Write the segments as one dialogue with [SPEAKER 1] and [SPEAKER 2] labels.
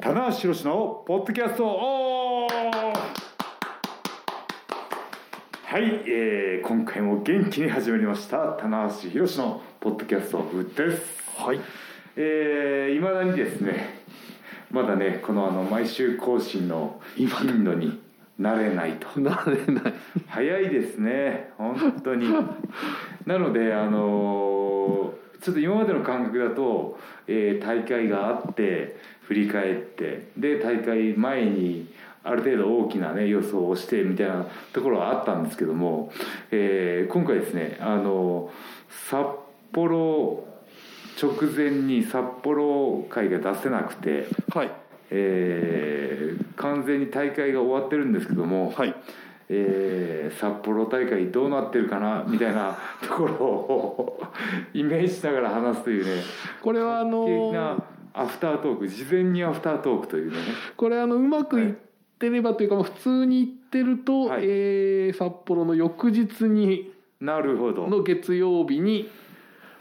[SPEAKER 1] 棚橋宏のポッドキャストオンはい、えー今回も元気に始まりました棚橋宏のポッドキャストオフです
[SPEAKER 2] はい
[SPEAKER 1] えー、いまだにですねまだねこのあの毎週更新の頻度に慣れないと
[SPEAKER 2] 慣れない
[SPEAKER 1] 早いですね本当 になのであのーちょっと今までの感覚だと、えー大会があって振り返ってで大会前にある程度大きな、ね、予想をしてみたいなところはあったんですけども、えー今回ですねあの札幌直前に札幌会が出せなくて、
[SPEAKER 2] はい
[SPEAKER 1] えー完全に大会が終わってるんですけども、
[SPEAKER 2] はい
[SPEAKER 1] えー札幌大会どうなってるかなみたいなところを イメージしながら話すというね
[SPEAKER 2] これはあの
[SPEAKER 1] 的
[SPEAKER 2] ー
[SPEAKER 1] なアフタートーク事前にアフタートークというね
[SPEAKER 2] これあのうまくいってればというか、まあ普通にいってると、
[SPEAKER 1] はい
[SPEAKER 2] えー札幌の翌日に
[SPEAKER 1] なるほど
[SPEAKER 2] の月曜日に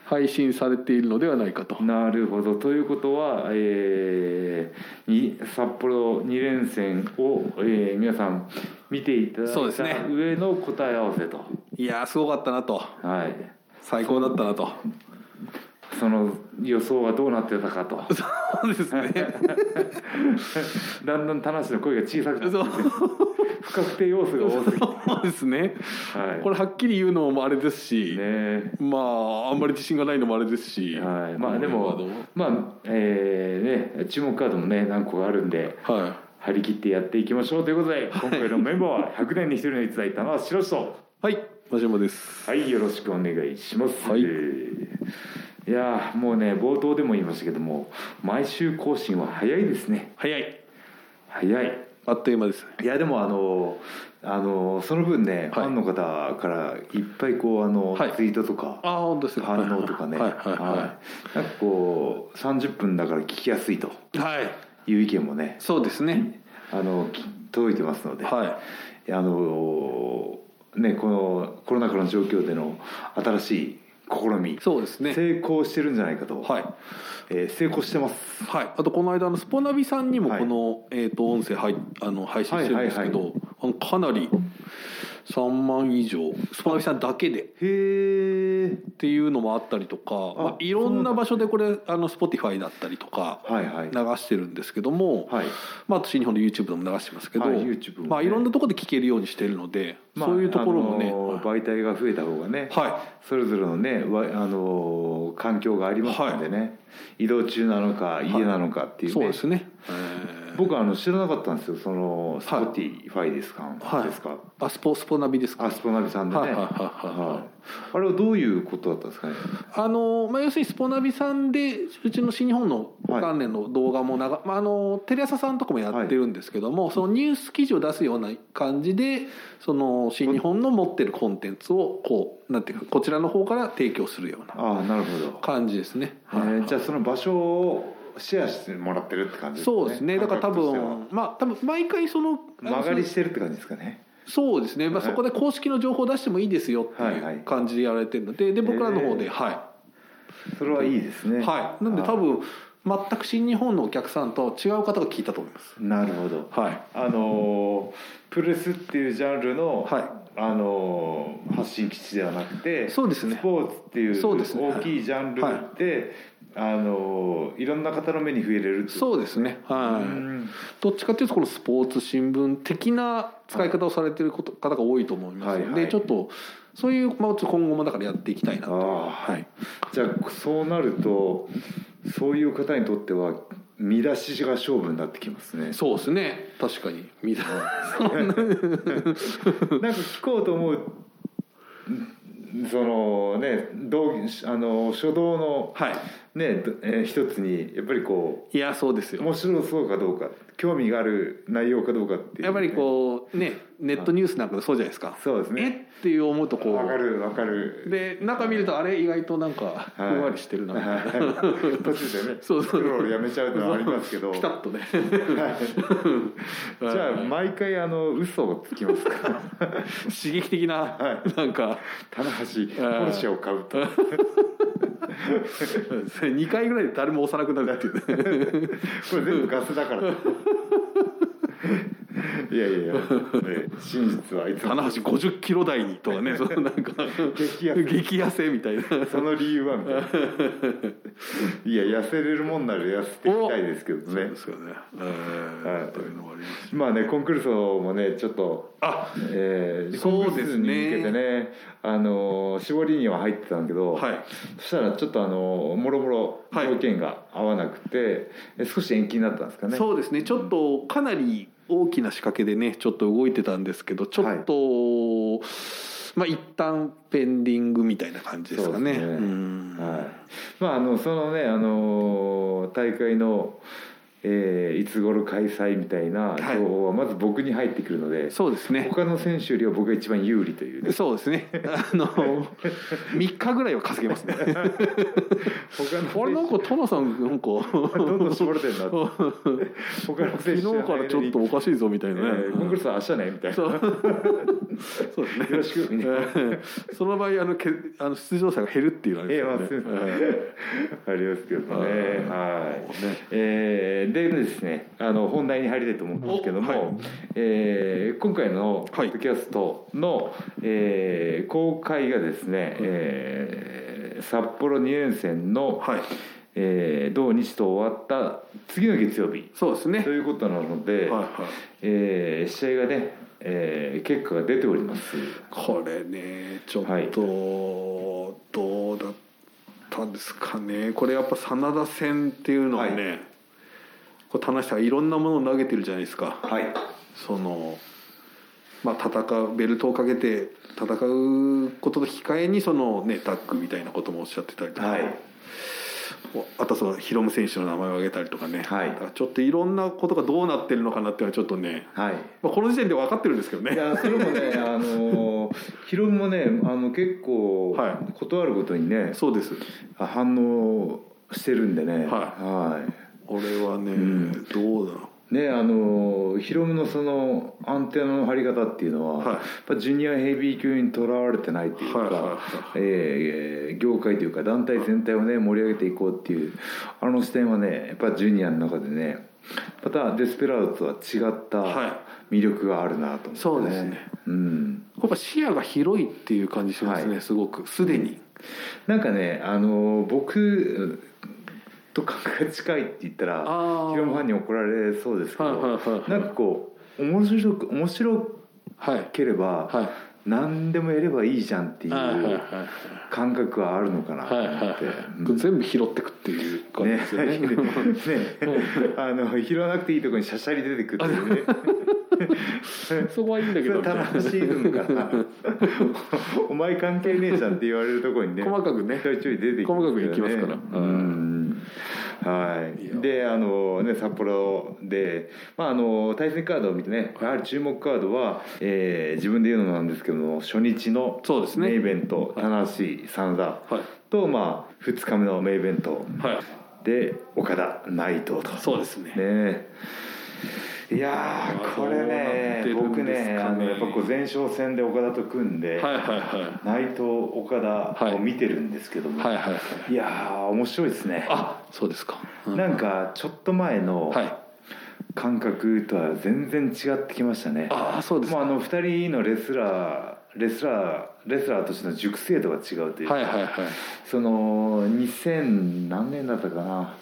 [SPEAKER 2] 配信されているのではないかと
[SPEAKER 1] なるほどということは、えーに札幌2連戦を、えー皆さん見ていただい
[SPEAKER 2] そうですね
[SPEAKER 1] た上の答え合わせと、
[SPEAKER 2] いやーすごかったなと
[SPEAKER 1] はい
[SPEAKER 2] 最高だったなと
[SPEAKER 1] その予想はどうなってたか と
[SPEAKER 2] そうですね
[SPEAKER 1] だんだん田無の声が小さくなって
[SPEAKER 2] そう
[SPEAKER 1] 不確定要素が多すぎて、
[SPEAKER 2] そうですね
[SPEAKER 1] はい、
[SPEAKER 2] これはっきり言うのもあれですし、
[SPEAKER 1] ね
[SPEAKER 2] まああんまり自信がないのもあれですし、
[SPEAKER 1] はい、まあでも
[SPEAKER 2] この辺は
[SPEAKER 1] まあえーね注目カードもね何個かあるんで
[SPEAKER 2] どうはい
[SPEAKER 1] 張り切ってやっていきましょうということで今回のメンバーは100年に一人の逸材田中宏人
[SPEAKER 2] はい真島です
[SPEAKER 1] はいよろしくお願いします、
[SPEAKER 2] はい
[SPEAKER 1] えーいやーもうね冒頭でも言いましたけども毎週更新は早いですね
[SPEAKER 2] 早い
[SPEAKER 1] 早い
[SPEAKER 2] あっという間ですね
[SPEAKER 1] いやでもあのあのその分ね、ファンの方からいっぱいこうあの、
[SPEAKER 2] はい
[SPEAKER 1] ツイートとか
[SPEAKER 2] ああ本当ですね
[SPEAKER 1] 反応とかね、
[SPEAKER 2] はいはいは
[SPEAKER 1] はいなんかこう30分だから聞きやすいと
[SPEAKER 2] い、はい
[SPEAKER 1] いう意見もね
[SPEAKER 2] そうですね
[SPEAKER 1] あのき届いてますので、
[SPEAKER 2] は
[SPEAKER 1] あのねこのコロナ禍の状況での新しい試み
[SPEAKER 2] いそうですね
[SPEAKER 1] 成功してるんじゃないかと、
[SPEAKER 2] はい
[SPEAKER 1] えー成功してます
[SPEAKER 2] はいあとこの間あのスポナビさんにも
[SPEAKER 1] はい
[SPEAKER 2] この、えっ、と音声はいあの配信してるんですけど、
[SPEAKER 1] はい
[SPEAKER 2] あのかなり3万以上スポナビさんだけでっ
[SPEAKER 1] へえ
[SPEAKER 2] ていうのもあったりとかまあ、いろんな場所でこれあの Spotify だったりとか
[SPEAKER 1] はいはい
[SPEAKER 2] 流してるんですけども、
[SPEAKER 1] はい
[SPEAKER 2] まあ、あと新日本の YouTube でも流してますけど、
[SPEAKER 1] はい YouTube もね
[SPEAKER 2] まあ、いろんなところで聞けるようにしてるので、
[SPEAKER 1] まあ
[SPEAKER 2] そういうところもね、
[SPEAKER 1] あの
[SPEAKER 2] はい
[SPEAKER 1] 媒体が増えた方がね、
[SPEAKER 2] は
[SPEAKER 1] それぞれのねわあの環境がありますのでね、移動中なのか家なのかっていうね、
[SPEAKER 2] そうですね、えー
[SPEAKER 1] 僕はあの知らなかったんですよそのス
[SPEAKER 2] は
[SPEAKER 1] ポ
[SPEAKER 2] い
[SPEAKER 1] ティファイですか、
[SPEAKER 2] はい
[SPEAKER 1] ですか
[SPEAKER 2] あスポスポナビですか
[SPEAKER 1] あスポナビさんでね
[SPEAKER 2] はいはいはいはい
[SPEAKER 1] はいあれはどういうことだったんですかね
[SPEAKER 2] あのまあ、要するにスポナビさんでうちの新日本の
[SPEAKER 1] はい
[SPEAKER 2] 関連の動画もなが、まあ、あのテレ朝さんとかもやってるんですけども、そのニュース記事を出すような感じでその新日本の持ってるコンテンツをこうなんていうかこちらの方から提供するような
[SPEAKER 1] ああなるほど、
[SPEAKER 2] 感じですね。
[SPEAKER 1] えーじゃあその場所をシェアしてもらってるって感じですね
[SPEAKER 2] そうですねだから多
[SPEAKER 1] 感覚としては
[SPEAKER 2] 分まあ多分毎回そのあの
[SPEAKER 1] 曲がりしてるって感じですかね
[SPEAKER 2] そうですね、まあ、
[SPEAKER 1] はい
[SPEAKER 2] そこで公式の情報を出してもいいですよって
[SPEAKER 1] はいはい
[SPEAKER 2] いう感じでやられてるのでで僕らの方
[SPEAKER 1] へー
[SPEAKER 2] ではい。
[SPEAKER 1] それはいいですね
[SPEAKER 2] はい、なんで多分全く新日本のお客さんと違う方が聞いたと思います
[SPEAKER 1] なるほど
[SPEAKER 2] はい
[SPEAKER 1] あのープレスっていうジャンルの、
[SPEAKER 2] は
[SPEAKER 1] あのー発信基地ではなくて
[SPEAKER 2] そうですね
[SPEAKER 1] スポーツっていう
[SPEAKER 2] そうですね
[SPEAKER 1] 大きいジャンル
[SPEAKER 2] はい
[SPEAKER 1] で、あのーいろんな方の目に触れれるっていう
[SPEAKER 2] そうですねは
[SPEAKER 1] う
[SPEAKER 2] い
[SPEAKER 1] ん
[SPEAKER 2] どっちかっていうとこのスポーツ新聞的な使い方をされてること方が多いと思いますので、
[SPEAKER 1] はいはい
[SPEAKER 2] ちょっとそういう、まあ、ちょっと今後もだからやっていきたいな
[SPEAKER 1] あ
[SPEAKER 2] と
[SPEAKER 1] あ
[SPEAKER 2] はい
[SPEAKER 1] じゃあそうなるとそういう方にとっては見出しが勝負になってきますね
[SPEAKER 2] そうですね確かにみんな
[SPEAKER 1] なんか聞こうと思うそのね道あの初動の
[SPEAKER 2] はい
[SPEAKER 1] ね、どえー一つにやっぱりこう
[SPEAKER 2] いやそうですよ
[SPEAKER 1] 面白そうかどうか興味がある内容かどうかっていうね、
[SPEAKER 2] やっぱりこうねネットニュースなんかでそうじゃないですか
[SPEAKER 1] そうです
[SPEAKER 2] え
[SPEAKER 1] ね
[SPEAKER 2] っていう思うとこ
[SPEAKER 1] わか
[SPEAKER 2] う
[SPEAKER 1] るわかる
[SPEAKER 2] で中見るとあれ意外となんかふ
[SPEAKER 1] はい
[SPEAKER 2] んわりしてるなみたいな、
[SPEAKER 1] はい途中でね
[SPEAKER 2] そうそう
[SPEAKER 1] クロールやめちゃうってのはあります けど
[SPEAKER 2] ピタッとね
[SPEAKER 1] はいじゃあ毎回あの嘘をつきますか
[SPEAKER 2] 刺激的な、
[SPEAKER 1] は
[SPEAKER 2] なんか
[SPEAKER 1] 棚橋本社を買うと
[SPEAKER 2] それ2回ぐらいで誰も押さなくなるっていうね
[SPEAKER 1] これ全部ガスだ からいやいやいや、ね真実はいつも
[SPEAKER 2] 棚橋50キロ台にとかねそのなんか
[SPEAKER 1] 激安
[SPEAKER 2] 激痩せみたいな
[SPEAKER 1] その理由はみ たいないや痩せれるもんなら痩せていきたいですけど
[SPEAKER 2] そう
[SPEAKER 1] ね
[SPEAKER 2] ですよね、え
[SPEAKER 1] はい
[SPEAKER 2] ー、というのもあります
[SPEAKER 1] まあねコンクールソもねちょっと
[SPEAKER 2] あ
[SPEAKER 1] えー、
[SPEAKER 2] そう
[SPEAKER 1] コン
[SPEAKER 2] ですね
[SPEAKER 1] クールに向けてねあのー絞りには入ってたんだけど、
[SPEAKER 2] はい
[SPEAKER 1] そしたらちょっとあのーもろもろ
[SPEAKER 2] はい
[SPEAKER 1] 条件が合わなくて、え少し延期になったんですかね
[SPEAKER 2] そうですねちょっとかなり大きな仕掛けでねちょっと動いてたんですけどちょっと、まあ一旦ペンディングみたいな感じですかね
[SPEAKER 1] そうですね
[SPEAKER 2] うん
[SPEAKER 1] はい、まああのそのねあのー大会の、えーいつ頃開催みたいな情報はまず僕に入ってくるので、
[SPEAKER 2] そうですね
[SPEAKER 1] 他の選手よりは僕が一番有利というね
[SPEAKER 2] そうですねあの3日ぐらいは稼げますね
[SPEAKER 1] 他の
[SPEAKER 2] あれなんかトナさんなんか
[SPEAKER 1] どんどん絞れてるなって他の
[SPEAKER 2] 昨
[SPEAKER 1] 選
[SPEAKER 2] 日
[SPEAKER 1] 手は
[SPEAKER 2] からちょっとおかしいぞみたい
[SPEAKER 1] え
[SPEAKER 2] なね、
[SPEAKER 1] ーコンクールさん明日ねみたいな
[SPEAKER 2] そ
[SPEAKER 1] よ
[SPEAKER 2] うそうですね
[SPEAKER 1] ろしくみたいな
[SPEAKER 2] えーその場合あのけあの出場者が減るっていうのは
[SPEAKER 1] ええまあすいません
[SPEAKER 2] えー
[SPEAKER 1] ありますけどねはい
[SPEAKER 2] ね
[SPEAKER 1] えーでですねあの本題に入りたいと思うんですけども、
[SPEAKER 2] おはい
[SPEAKER 1] えー今回のポ
[SPEAKER 2] はい
[SPEAKER 1] ッドキャストの、えー公開がですね、えー札幌2連戦の、
[SPEAKER 2] はい
[SPEAKER 1] えー同日と終わった次の月曜日
[SPEAKER 2] そうですね
[SPEAKER 1] ということなので、
[SPEAKER 2] はいはい
[SPEAKER 1] えー試合がね、えー結果が出ております。
[SPEAKER 2] これねちょっと、
[SPEAKER 1] はい
[SPEAKER 2] どうだったんですかねこれやっぱ真田戦っていうのはね、これ田無さんいろんなものを投げてるじゃないですか
[SPEAKER 1] はい、
[SPEAKER 2] そのまあ戦うベルトをかけて戦うことと引き換えにそのねタッグみたいなこともおっしゃってたりとか、
[SPEAKER 1] はい
[SPEAKER 2] あとそのヒロム選手の名前を挙げたりとかね、
[SPEAKER 1] はい
[SPEAKER 2] だからちょっといろんなことがどうなってるのかなっていうのはちょっとね、
[SPEAKER 1] はい
[SPEAKER 2] まあ、この時点で分かってるんですけどね
[SPEAKER 1] いやそれもねあ のヒロムもねあの結構
[SPEAKER 2] は
[SPEAKER 1] 断ることにね、
[SPEAKER 2] そうです
[SPEAKER 1] 反応してるんでねは
[SPEAKER 2] これはね、
[SPEAKER 1] ん
[SPEAKER 2] どうだろ
[SPEAKER 1] いねあのヒロムのそのアンテナの張り方っていうのは、
[SPEAKER 2] はい
[SPEAKER 1] やっぱジュニアヘビー級にとらわれてないっていうか、
[SPEAKER 2] はいはいはい
[SPEAKER 1] えー業界というか団体全体をね盛り上げていこうっていうあの視点はねやっぱジュニアの中でねまたデスペラードとは違った
[SPEAKER 2] は
[SPEAKER 1] 魅力があるなと思って、ね
[SPEAKER 2] そうですね
[SPEAKER 1] うん
[SPEAKER 2] い、やっぱ視野が広いっていう感じしますね、
[SPEAKER 1] は
[SPEAKER 2] すごくすでに、
[SPEAKER 1] なんかねあの僕と感覚が近いって言ったら
[SPEAKER 2] あー
[SPEAKER 1] ヒロムファンに怒られそうですけど、
[SPEAKER 2] はいはいはいはい
[SPEAKER 1] なんかこう面白く面白
[SPEAKER 2] はい
[SPEAKER 1] ければ、
[SPEAKER 2] はい
[SPEAKER 1] 何でもやればいいじゃんってい
[SPEAKER 2] はいはいは
[SPEAKER 1] う感覚はあるのかなと
[SPEAKER 2] いはい
[SPEAKER 1] 思
[SPEAKER 2] は
[SPEAKER 1] って。
[SPEAKER 2] い全部拾ってくっていう感じ
[SPEAKER 1] ね
[SPEAKER 2] ですよ ね
[SPEAKER 1] ねあの拾わなくていいところにシャシャリ出てくるって いうね
[SPEAKER 2] そこはいいんだけどみたいな
[SPEAKER 1] 楽しい分から お前関係ねえじゃんって言われるところにね
[SPEAKER 2] 細かくね
[SPEAKER 1] ちょいちょい出てき
[SPEAKER 2] 細かくいきますから
[SPEAKER 1] うんはい
[SPEAKER 2] や
[SPEAKER 1] い、であの、ね、札幌で、まあ、あの対戦カードを見てねやはり注目カードは、えー自分で言うのもなんですけども初日の
[SPEAKER 2] そうですね
[SPEAKER 1] メイベント棚橋真田
[SPEAKER 2] はい
[SPEAKER 1] と、まあ、2日目のメイベント
[SPEAKER 2] はい
[SPEAKER 1] で岡田内藤と。
[SPEAKER 2] そうですね
[SPEAKER 1] ねえいやーこれね
[SPEAKER 2] どうなって
[SPEAKER 1] 僕
[SPEAKER 2] るんですかね
[SPEAKER 1] ねあのやっぱこう前哨戦で岡田と組んで、
[SPEAKER 2] はいはいは
[SPEAKER 1] 内藤岡田を見てるんですけど
[SPEAKER 2] い
[SPEAKER 1] も、
[SPEAKER 2] はいはいはい
[SPEAKER 1] い、やー面白いですね
[SPEAKER 2] あそうですか、う
[SPEAKER 1] なんかちょっと前の
[SPEAKER 2] はい
[SPEAKER 1] 感覚とは全然違ってきましたね、
[SPEAKER 2] ああそうです
[SPEAKER 1] もう
[SPEAKER 2] か
[SPEAKER 1] あの2人のレスラーレスラーレスラーとしての熟成度が違うというか、
[SPEAKER 2] はいはいはい
[SPEAKER 1] その2000何年だったかな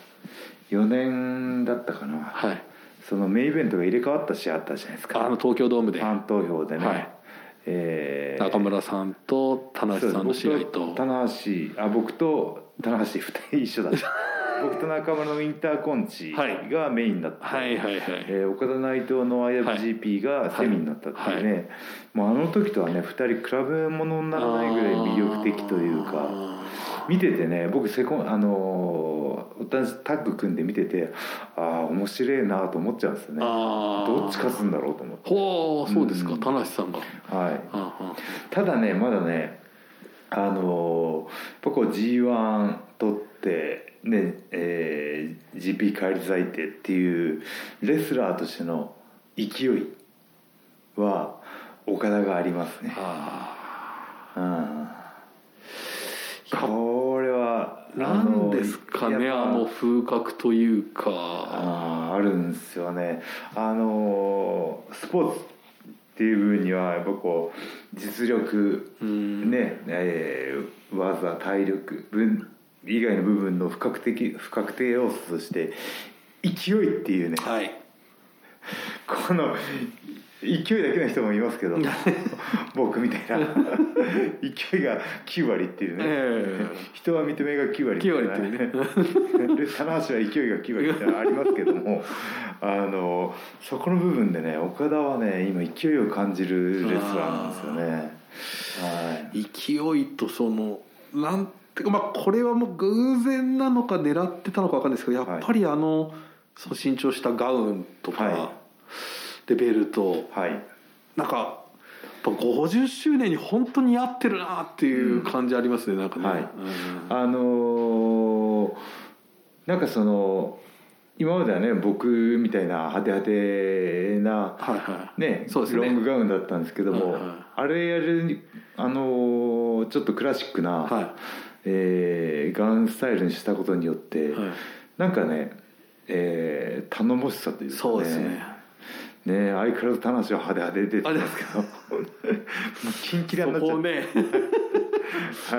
[SPEAKER 1] 4年だったかな、
[SPEAKER 2] はい
[SPEAKER 1] そのメインイベントが入れ替わった試合あったじゃないですか
[SPEAKER 2] あの東京ドームで
[SPEAKER 1] ファン投票でね、
[SPEAKER 2] はい
[SPEAKER 1] えー
[SPEAKER 2] 中村さんと田
[SPEAKER 1] そう
[SPEAKER 2] 中
[SPEAKER 1] です
[SPEAKER 2] さんの試合
[SPEAKER 1] 僕
[SPEAKER 2] と
[SPEAKER 1] 棚橋あ僕と棚橋2人一緒だ 僕と中村のインターコンチ
[SPEAKER 2] はい
[SPEAKER 1] がメインだった、
[SPEAKER 2] はいはいは
[SPEAKER 1] え
[SPEAKER 2] い
[SPEAKER 1] ー岡田内藤の IFGP がセミになったっていうね、もうあの時とはね2人比べ物にならないぐらい魅力的というか見ててね僕セコンあのー私タッグ組んで見ててああ面白いなと思っちゃうんですよね
[SPEAKER 2] あー
[SPEAKER 1] どっち勝つんだろうと思って、
[SPEAKER 2] ほうそうです
[SPEAKER 1] う
[SPEAKER 2] か
[SPEAKER 1] ん
[SPEAKER 2] 田無さんが
[SPEAKER 1] はい、
[SPEAKER 2] あ
[SPEAKER 1] ただねまだねあのーやっぱこう g 1取ってねえー GP 返り咲いてっていうレスラーとしての勢いは岡田がありますね
[SPEAKER 2] あ
[SPEAKER 1] うんこれは
[SPEAKER 2] なんですかね
[SPEAKER 1] あの
[SPEAKER 2] あの風格というか
[SPEAKER 1] あーあるんですよねあのースポーツっていう部分にはやっぱこう実力
[SPEAKER 2] うん
[SPEAKER 1] ね、えー技体力分以外の部分の不確定不確定要素として勢いっていうね
[SPEAKER 2] はい
[SPEAKER 1] この勢いだけの人もいます けど僕みたいな 勢いが9割っていうね、
[SPEAKER 2] え
[SPEAKER 1] 人は見た目が9割
[SPEAKER 2] 9割っていうね
[SPEAKER 1] ねで棚橋は勢いが9割ってのはありますけど もあのそこの部分でね岡田はね今勢いを感じるレスラーなんですよねはい
[SPEAKER 2] 勢いとそのなんていうかまあこれはもう偶然なのか狙ってたのか分かんないですけどやっぱりあの、その新調したガウンとか、
[SPEAKER 1] は
[SPEAKER 2] でベルト
[SPEAKER 1] はい
[SPEAKER 2] なんかやっぱ50周年に本当に合ってるなっていう感じありますね、なんかね、
[SPEAKER 1] はい
[SPEAKER 2] うん
[SPEAKER 1] あのーなんかその今まではね僕みたいなハテハテな
[SPEAKER 2] はいはい
[SPEAKER 1] ね
[SPEAKER 2] そうですね
[SPEAKER 1] ロングガウンだったんですけども、
[SPEAKER 2] はいはい
[SPEAKER 1] あれやるにあのーちょっとクラシックな、
[SPEAKER 2] はい
[SPEAKER 1] えーガウンスタイルにしたことによって、
[SPEAKER 2] はい
[SPEAKER 1] なんかね、えー頼もしさというかね
[SPEAKER 2] そうですね
[SPEAKER 1] ね相変わらず田無は派手派手出てますけどもうキンキラ
[SPEAKER 2] そ
[SPEAKER 1] になっちゃ
[SPEAKER 2] こ
[SPEAKER 1] っ
[SPEAKER 2] を
[SPEAKER 1] て、
[SPEAKER 2] ね
[SPEAKER 1] は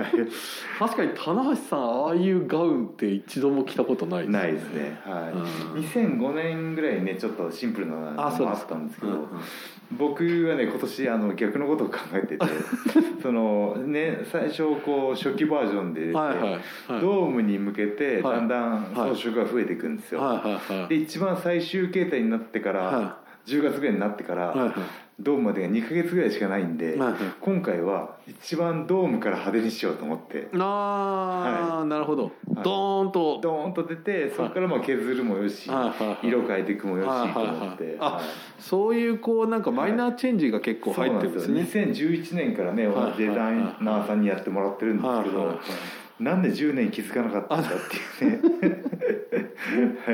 [SPEAKER 2] 確かに棚橋さんああいうガウンって一度も着たことない
[SPEAKER 1] い、ないですね、はい
[SPEAKER 2] うん
[SPEAKER 1] 2005年ぐらいにねちょっとシンプルなのも
[SPEAKER 2] あそう
[SPEAKER 1] あ
[SPEAKER 2] で
[SPEAKER 1] っ
[SPEAKER 2] す
[SPEAKER 1] た
[SPEAKER 2] か
[SPEAKER 1] んですけど、
[SPEAKER 2] うんうん
[SPEAKER 1] 僕はね今年あの逆のことを考えてて そのね最初こう初期バージョンで出て
[SPEAKER 2] はいはいはい
[SPEAKER 1] ドームに向けて
[SPEAKER 2] はい
[SPEAKER 1] だんだん
[SPEAKER 2] はい
[SPEAKER 1] 装飾が増えていくんですよ、
[SPEAKER 2] はいはいはい
[SPEAKER 1] で一番最終形態になってから、
[SPEAKER 2] は
[SPEAKER 1] 10月ぐらいになってから、
[SPEAKER 2] はいはい
[SPEAKER 1] ドームまでが2か月ぐらいしかないんで、
[SPEAKER 2] はいはい
[SPEAKER 1] 今回は一番ドームから派手にしようと思って
[SPEAKER 2] あー、なるほど、
[SPEAKER 1] はい
[SPEAKER 2] ドーンと
[SPEAKER 1] ドーンと出てそこからまあ削るもよし、
[SPEAKER 2] はいはいはい
[SPEAKER 1] 色変えていくもよしと思って、
[SPEAKER 2] はいはいはいあ
[SPEAKER 1] はい
[SPEAKER 2] そういうこうなんかマイナーチェンジが結構入ってるんですね、
[SPEAKER 1] そうなんですよ2011年からね同
[SPEAKER 2] はい
[SPEAKER 1] じデザイナーさんにやってもらってるんですけ
[SPEAKER 2] はいはいは
[SPEAKER 1] どなんで10年気づかなかったんだっていう ねは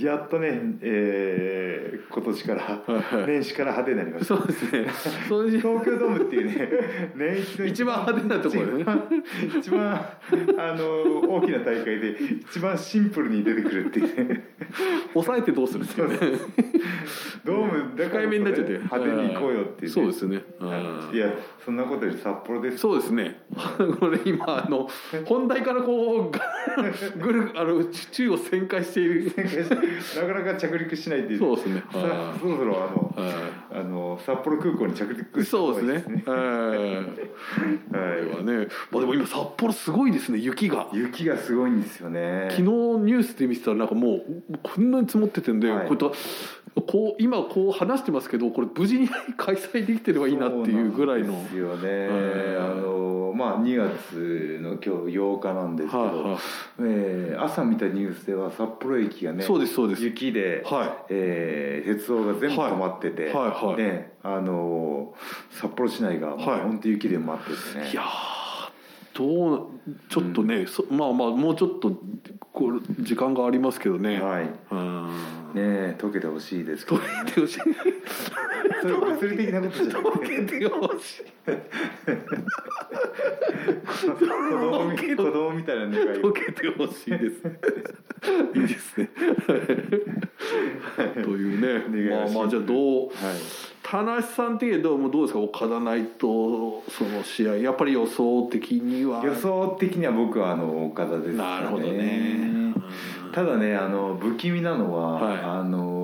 [SPEAKER 1] いやっとね、えー今年か
[SPEAKER 2] はいは
[SPEAKER 1] ら
[SPEAKER 2] い
[SPEAKER 1] 年始から派手になりました
[SPEAKER 2] そうですねそういう
[SPEAKER 1] 東京ドームっていうね 年一の
[SPEAKER 2] 一番派手なところね
[SPEAKER 1] 一番一番あの大きな大会で一番シンプルに出てくるっていうね
[SPEAKER 2] 抑えてどうするんですよね
[SPEAKER 1] ドームだから
[SPEAKER 2] 控えめになっちゃって
[SPEAKER 1] 派手に行こうよっていうね、
[SPEAKER 2] そうですね、うん
[SPEAKER 1] いやそんなことより札幌です
[SPEAKER 2] そうですねこれ今あの本題からこうぐるあの宙を旋回してい
[SPEAKER 1] な
[SPEAKER 2] る
[SPEAKER 1] かなか着陸しないっていう
[SPEAKER 2] そうですね
[SPEAKER 1] さ
[SPEAKER 2] は
[SPEAKER 1] そろそろあの
[SPEAKER 2] いは
[SPEAKER 1] あの札幌空港に着陸
[SPEAKER 2] い
[SPEAKER 1] した
[SPEAKER 2] そ
[SPEAKER 1] 方が
[SPEAKER 2] う
[SPEAKER 1] いい
[SPEAKER 2] ですねはいこれ
[SPEAKER 1] は
[SPEAKER 2] はね、まあ、でも今札幌すごいですね雪が
[SPEAKER 1] い、雪がすごいんですよね
[SPEAKER 2] 昨日ニュースで見てたらなんかもうこんなに積もっててんで、
[SPEAKER 1] はい
[SPEAKER 2] こういったこう今こう話してますけどこれ無事に開催できてればいいなっていうぐらいの
[SPEAKER 1] そうなん
[SPEAKER 2] は
[SPEAKER 1] ですよね、
[SPEAKER 2] うん
[SPEAKER 1] あのまあ2月の今日8日なんですけど、
[SPEAKER 2] い、は
[SPEAKER 1] えー朝見たニュースでは札幌駅が
[SPEAKER 2] い
[SPEAKER 1] ね
[SPEAKER 2] そうですそうです
[SPEAKER 1] 雪で、
[SPEAKER 2] は
[SPEAKER 1] えー鉄道が全部止まってて、
[SPEAKER 2] はいはいはい
[SPEAKER 1] ねあの札幌市内がもう
[SPEAKER 2] はい
[SPEAKER 1] 本当雪で埋まっててね、
[SPEAKER 2] いいやーどうちょっとね、そまあまあもうちょっとこう時間がありますけどね、
[SPEAKER 1] はいね
[SPEAKER 2] うん
[SPEAKER 1] え溶けてほしいですけ
[SPEAKER 2] ど
[SPEAKER 1] ど
[SPEAKER 2] う
[SPEAKER 1] ね
[SPEAKER 2] やってほしい
[SPEAKER 1] それ物理的なことじゃなく
[SPEAKER 2] ど
[SPEAKER 1] て
[SPEAKER 2] けてほしい
[SPEAKER 1] 子供み子供みたいな願い
[SPEAKER 2] 溶けてほしいですねいいですねというね
[SPEAKER 1] 願いを
[SPEAKER 2] まあ
[SPEAKER 1] し
[SPEAKER 2] まあじゃあどう
[SPEAKER 1] はい
[SPEAKER 2] 田無さん的にはどうもうどうですか岡田ナイトその試合やっぱり予想的には
[SPEAKER 1] 予想的には僕はあの岡田ですか
[SPEAKER 2] な
[SPEAKER 1] ね
[SPEAKER 2] るほどねうん
[SPEAKER 1] ただねあの不気味なのは、
[SPEAKER 2] はい
[SPEAKER 1] あの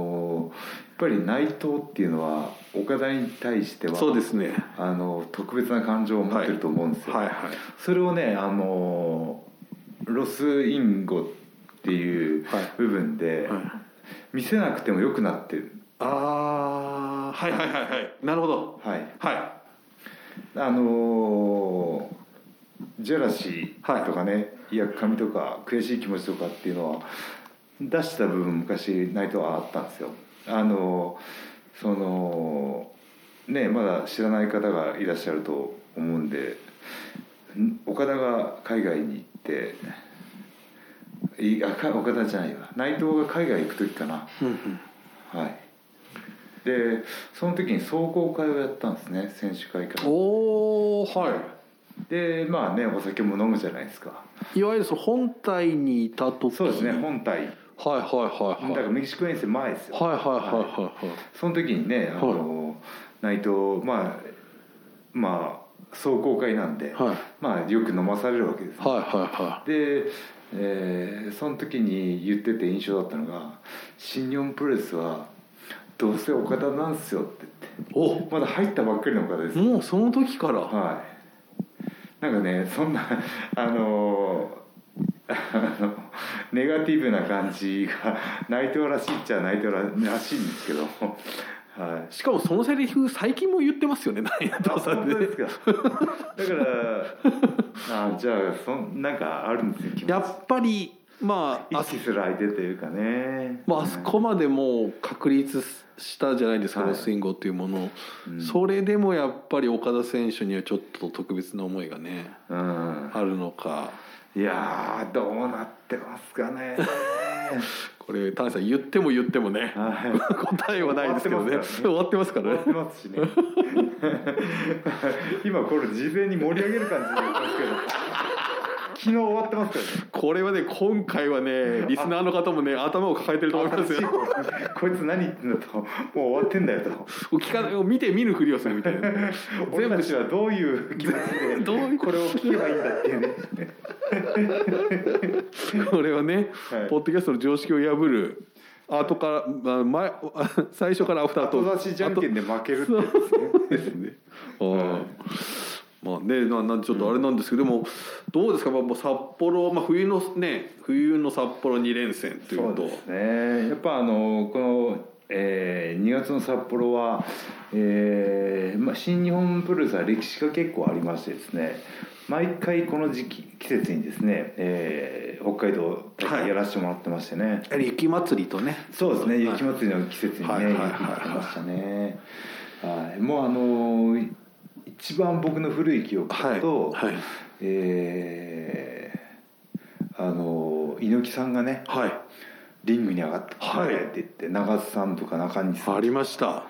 [SPEAKER 1] やっぱり内藤っていうのは岡田に対しては
[SPEAKER 2] そうですね
[SPEAKER 1] あの特別な感情を持ってると思うんですよ、
[SPEAKER 2] はいはい
[SPEAKER 1] それをねあのロスインゴっていう
[SPEAKER 2] はい
[SPEAKER 1] 部分で、
[SPEAKER 2] はい
[SPEAKER 1] 見せなくても良くなってる
[SPEAKER 2] あーはいはいはいはいなるほど
[SPEAKER 1] はい
[SPEAKER 2] は
[SPEAKER 1] あのージェラシーとかね、い、やかみとか悔しい気持ちとかっていうのは出した部分昔ナイトはあったんですよあのーそのねまだ知らない方がいらっしゃると思うんでん岡田が海外に行っていあか岡田じゃないわ内藤が海外行く時かない
[SPEAKER 2] うんうん
[SPEAKER 1] はいでその時に壮行会をやったんですね選手会から
[SPEAKER 2] おおはい
[SPEAKER 1] でまあねお酒も飲むじゃないですか
[SPEAKER 2] いわゆるその本体にいた時
[SPEAKER 1] そうですね本体
[SPEAKER 2] はいはいはい
[SPEAKER 1] だ
[SPEAKER 2] はい
[SPEAKER 1] か
[SPEAKER 2] はい
[SPEAKER 1] らメキシコ遠征前ですよ
[SPEAKER 2] はいはいはい
[SPEAKER 1] その時にねあの、内藤まあまあ壮行会なんで、
[SPEAKER 2] はいはい
[SPEAKER 1] まあよく飲まされるわけですね、
[SPEAKER 2] は
[SPEAKER 1] で、えーその時に言ってて印象だったのが「新日本プロレスはどうせ岡田なんすよ」って
[SPEAKER 2] いはい
[SPEAKER 1] 言ってまだ入ったばっかりの方です
[SPEAKER 2] おもうその時からは
[SPEAKER 1] はいなんかねそんな あのーあの ネガティブな感じが内藤らしいっちゃ内藤ららしいんですけどはい
[SPEAKER 2] しかもそのセリフ最近も言ってますよね内
[SPEAKER 1] あ
[SPEAKER 2] 藤さん
[SPEAKER 1] 本
[SPEAKER 2] で
[SPEAKER 1] 当ですかだからあじゃあそんなんかあるんですよ気持ち
[SPEAKER 2] やっぱりまあ
[SPEAKER 1] 意
[SPEAKER 2] あそ
[SPEAKER 1] 識する相手というかね
[SPEAKER 2] まああそこまでもう確立したじゃないですか、
[SPEAKER 1] はい
[SPEAKER 2] スインゴっていうものを、
[SPEAKER 1] うん
[SPEAKER 2] それでもやっぱり岡田選手にはちょっと特別な思いがね
[SPEAKER 1] うん
[SPEAKER 2] あるのか
[SPEAKER 1] いやーどうなってますかね
[SPEAKER 2] これ田中さん言っても言ってもね
[SPEAKER 1] はい
[SPEAKER 2] 答えはないですけどね終
[SPEAKER 1] 終
[SPEAKER 2] わってますから
[SPEAKER 1] 終
[SPEAKER 2] ね
[SPEAKER 1] わってますしね 今これ事前に盛り上げる感じで言ってますけど昨日終わってますからね
[SPEAKER 2] これはね今回はねリスナーの方もね頭を抱えてると思います
[SPEAKER 1] 新しい
[SPEAKER 2] よ
[SPEAKER 1] ここいつ何言ってんだともう終わってんだよと
[SPEAKER 2] 聞かない見て見ぬふりをするみ たいなね
[SPEAKER 1] 俺たちはどういう気持ちで
[SPEAKER 2] どういう
[SPEAKER 1] これを聞けばいいんだっていうね
[SPEAKER 2] これはね、
[SPEAKER 1] はい
[SPEAKER 2] ポッドキャストの常識を破る後から、まあ、前 あ最初からアフタートーク
[SPEAKER 1] 後出しじゃんけんで負けるって
[SPEAKER 2] そ
[SPEAKER 1] や
[SPEAKER 2] う
[SPEAKER 1] つですね
[SPEAKER 2] ですね。あーまあね、ななんちょっとあれなんですけど、でもどうですか、まあ、もう札幌、まあ、冬のね冬の札幌2連戦ということ
[SPEAKER 1] そうですねやっぱあのこの、えー2月の札幌は、えーまあ、新日本プロレスは歴史が結構ありましてですね毎回この時期季節にですね、えー北海道大会やらせてもらってましてね、
[SPEAKER 2] 雪祭りとね
[SPEAKER 1] そうですね
[SPEAKER 2] はい
[SPEAKER 1] 雪祭りの季節にね、
[SPEAKER 2] はいはいはいはい
[SPEAKER 1] 雪が来ましたね、はい、もうあのー一番僕の古い記憶
[SPEAKER 2] は
[SPEAKER 1] だ
[SPEAKER 2] い、
[SPEAKER 1] と、
[SPEAKER 2] はい
[SPEAKER 1] えーあのー猪木さんがね
[SPEAKER 2] はい
[SPEAKER 1] リングに上がってきて
[SPEAKER 2] はい
[SPEAKER 1] って言って、長津さんとか中西さん
[SPEAKER 2] ありましたは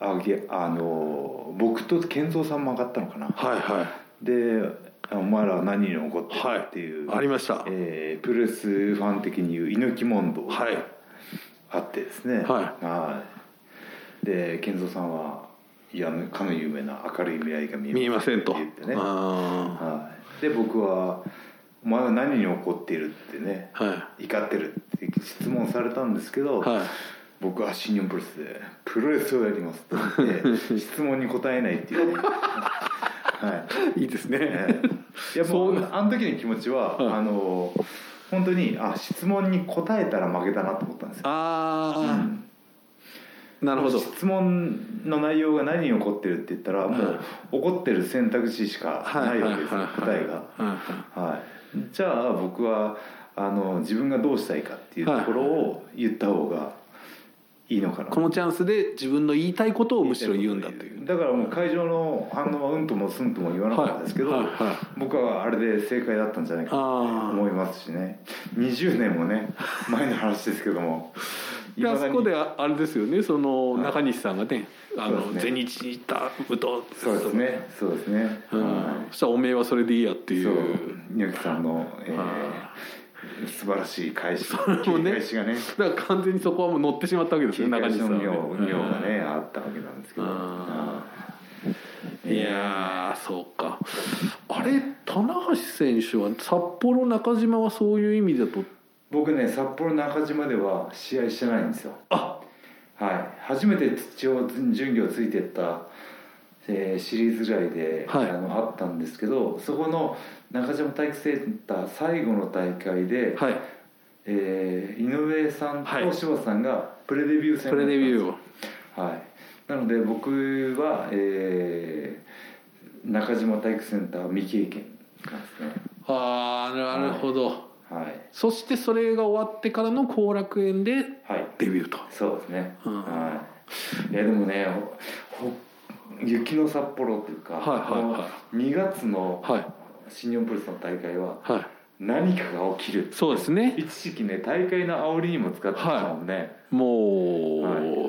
[SPEAKER 1] あげあの僕と健三さんも上がったのかない
[SPEAKER 2] はい
[SPEAKER 1] で「お前らは何に怒ってる?」っていう、
[SPEAKER 2] ありましたはい
[SPEAKER 1] えープロレスファン的に言う猪木問答があってですね
[SPEAKER 2] はい
[SPEAKER 1] いで健三さんは「いやかの有名な明るい未来が見
[SPEAKER 2] 見
[SPEAKER 1] え
[SPEAKER 2] え
[SPEAKER 1] ま
[SPEAKER 2] ま
[SPEAKER 1] せ
[SPEAKER 2] せ
[SPEAKER 1] ん」っ
[SPEAKER 2] ん
[SPEAKER 1] て
[SPEAKER 2] と
[SPEAKER 1] 言ってね、
[SPEAKER 2] あ
[SPEAKER 1] はい、で僕は「お前は何に怒っている?」ってね
[SPEAKER 2] ーはい
[SPEAKER 1] 怒ってるって質問されたんですけど、
[SPEAKER 2] はい
[SPEAKER 1] 僕は新日本プロレスでプロレスをやりますと言って 質問に答えないっていうねはい
[SPEAKER 2] いいですね、
[SPEAKER 1] ええいやもう
[SPEAKER 2] そう
[SPEAKER 1] ああの時の気持ちは、
[SPEAKER 2] はい
[SPEAKER 1] あの本当にあ質問に答えたら負けたなと思ったんですよ
[SPEAKER 2] ああ、
[SPEAKER 1] うん
[SPEAKER 2] なるほど
[SPEAKER 1] 質問の内容が何に怒ってるって言ったらもう怒ってる選択肢しかないわけですよ
[SPEAKER 2] はい
[SPEAKER 1] 答えが
[SPEAKER 2] はいは
[SPEAKER 1] はいじゃあ僕はあの自分がどうしたいかっていうところを言った方がいいのかない
[SPEAKER 2] このチャンスで自分の言いたいことをむしろ言うんだという
[SPEAKER 1] だからもう会場の反応はうんともすんとも言わなかったんですけど、
[SPEAKER 2] はいはいはい
[SPEAKER 1] 僕はあれで正解だったんじゃないかと
[SPEAKER 2] ああ
[SPEAKER 1] 思いますしね20年もね前の話ですけども
[SPEAKER 2] であ
[SPEAKER 1] 未
[SPEAKER 2] そ
[SPEAKER 1] だに
[SPEAKER 2] こでああれですよねその中西さんがね「あ
[SPEAKER 1] そ
[SPEAKER 2] の
[SPEAKER 1] うです
[SPEAKER 2] 全
[SPEAKER 1] ね
[SPEAKER 2] 日に行った武藤」
[SPEAKER 1] そうですねそうですね、
[SPEAKER 2] うん
[SPEAKER 1] は
[SPEAKER 2] そしたら「おめえはそれでいいや」って
[SPEAKER 1] い
[SPEAKER 2] い
[SPEAKER 1] そう
[SPEAKER 2] う
[SPEAKER 1] 猪木さんの、えー
[SPEAKER 2] は
[SPEAKER 1] 素晴らしい返し
[SPEAKER 2] れも
[SPEAKER 1] 切り
[SPEAKER 2] ね
[SPEAKER 1] 返しがね
[SPEAKER 2] だから完全にそこはもう乗ってしまったわけです
[SPEAKER 1] 切
[SPEAKER 2] よ
[SPEAKER 1] り
[SPEAKER 2] 中
[SPEAKER 1] 返し
[SPEAKER 2] 西さ
[SPEAKER 1] の
[SPEAKER 2] んは
[SPEAKER 1] 妙妙が
[SPEAKER 2] ね
[SPEAKER 1] ね、あったわけなんですけど、
[SPEAKER 2] うん
[SPEAKER 1] はい
[SPEAKER 2] いやーそうかあれ田中選手は札幌中島はそういう意味だと
[SPEAKER 1] 僕ね札幌中島では試合してないんですよ
[SPEAKER 2] あ
[SPEAKER 1] はい、初めて土を巡業ついてった、えーシリーズ外で、
[SPEAKER 2] はい
[SPEAKER 1] あのあったんですけどそこの中島体育センター最後の大会で、
[SPEAKER 2] はい
[SPEAKER 1] えー井上さん
[SPEAKER 2] は
[SPEAKER 1] と
[SPEAKER 2] い
[SPEAKER 1] 柴田さんがプレデビュー戦
[SPEAKER 2] プレデビ
[SPEAKER 1] ー、
[SPEAKER 2] ューを
[SPEAKER 1] はい、なので僕は、えー中島体育センターは未経験なんですね
[SPEAKER 2] ああなるほど、
[SPEAKER 1] はい
[SPEAKER 2] そしてそれが終わってからの後楽園で
[SPEAKER 1] はい
[SPEAKER 2] デビューと
[SPEAKER 1] そうですね、
[SPEAKER 2] うん
[SPEAKER 1] はいいやでもねほほ雪の札幌というか、
[SPEAKER 2] はいはいはい
[SPEAKER 1] 2月の
[SPEAKER 2] はい
[SPEAKER 1] 新日本プロレスの大会は
[SPEAKER 2] はい
[SPEAKER 1] 何かが起きる
[SPEAKER 2] そうですね
[SPEAKER 1] 一時期ね大会の煽りにも使ってたもんね、
[SPEAKER 2] も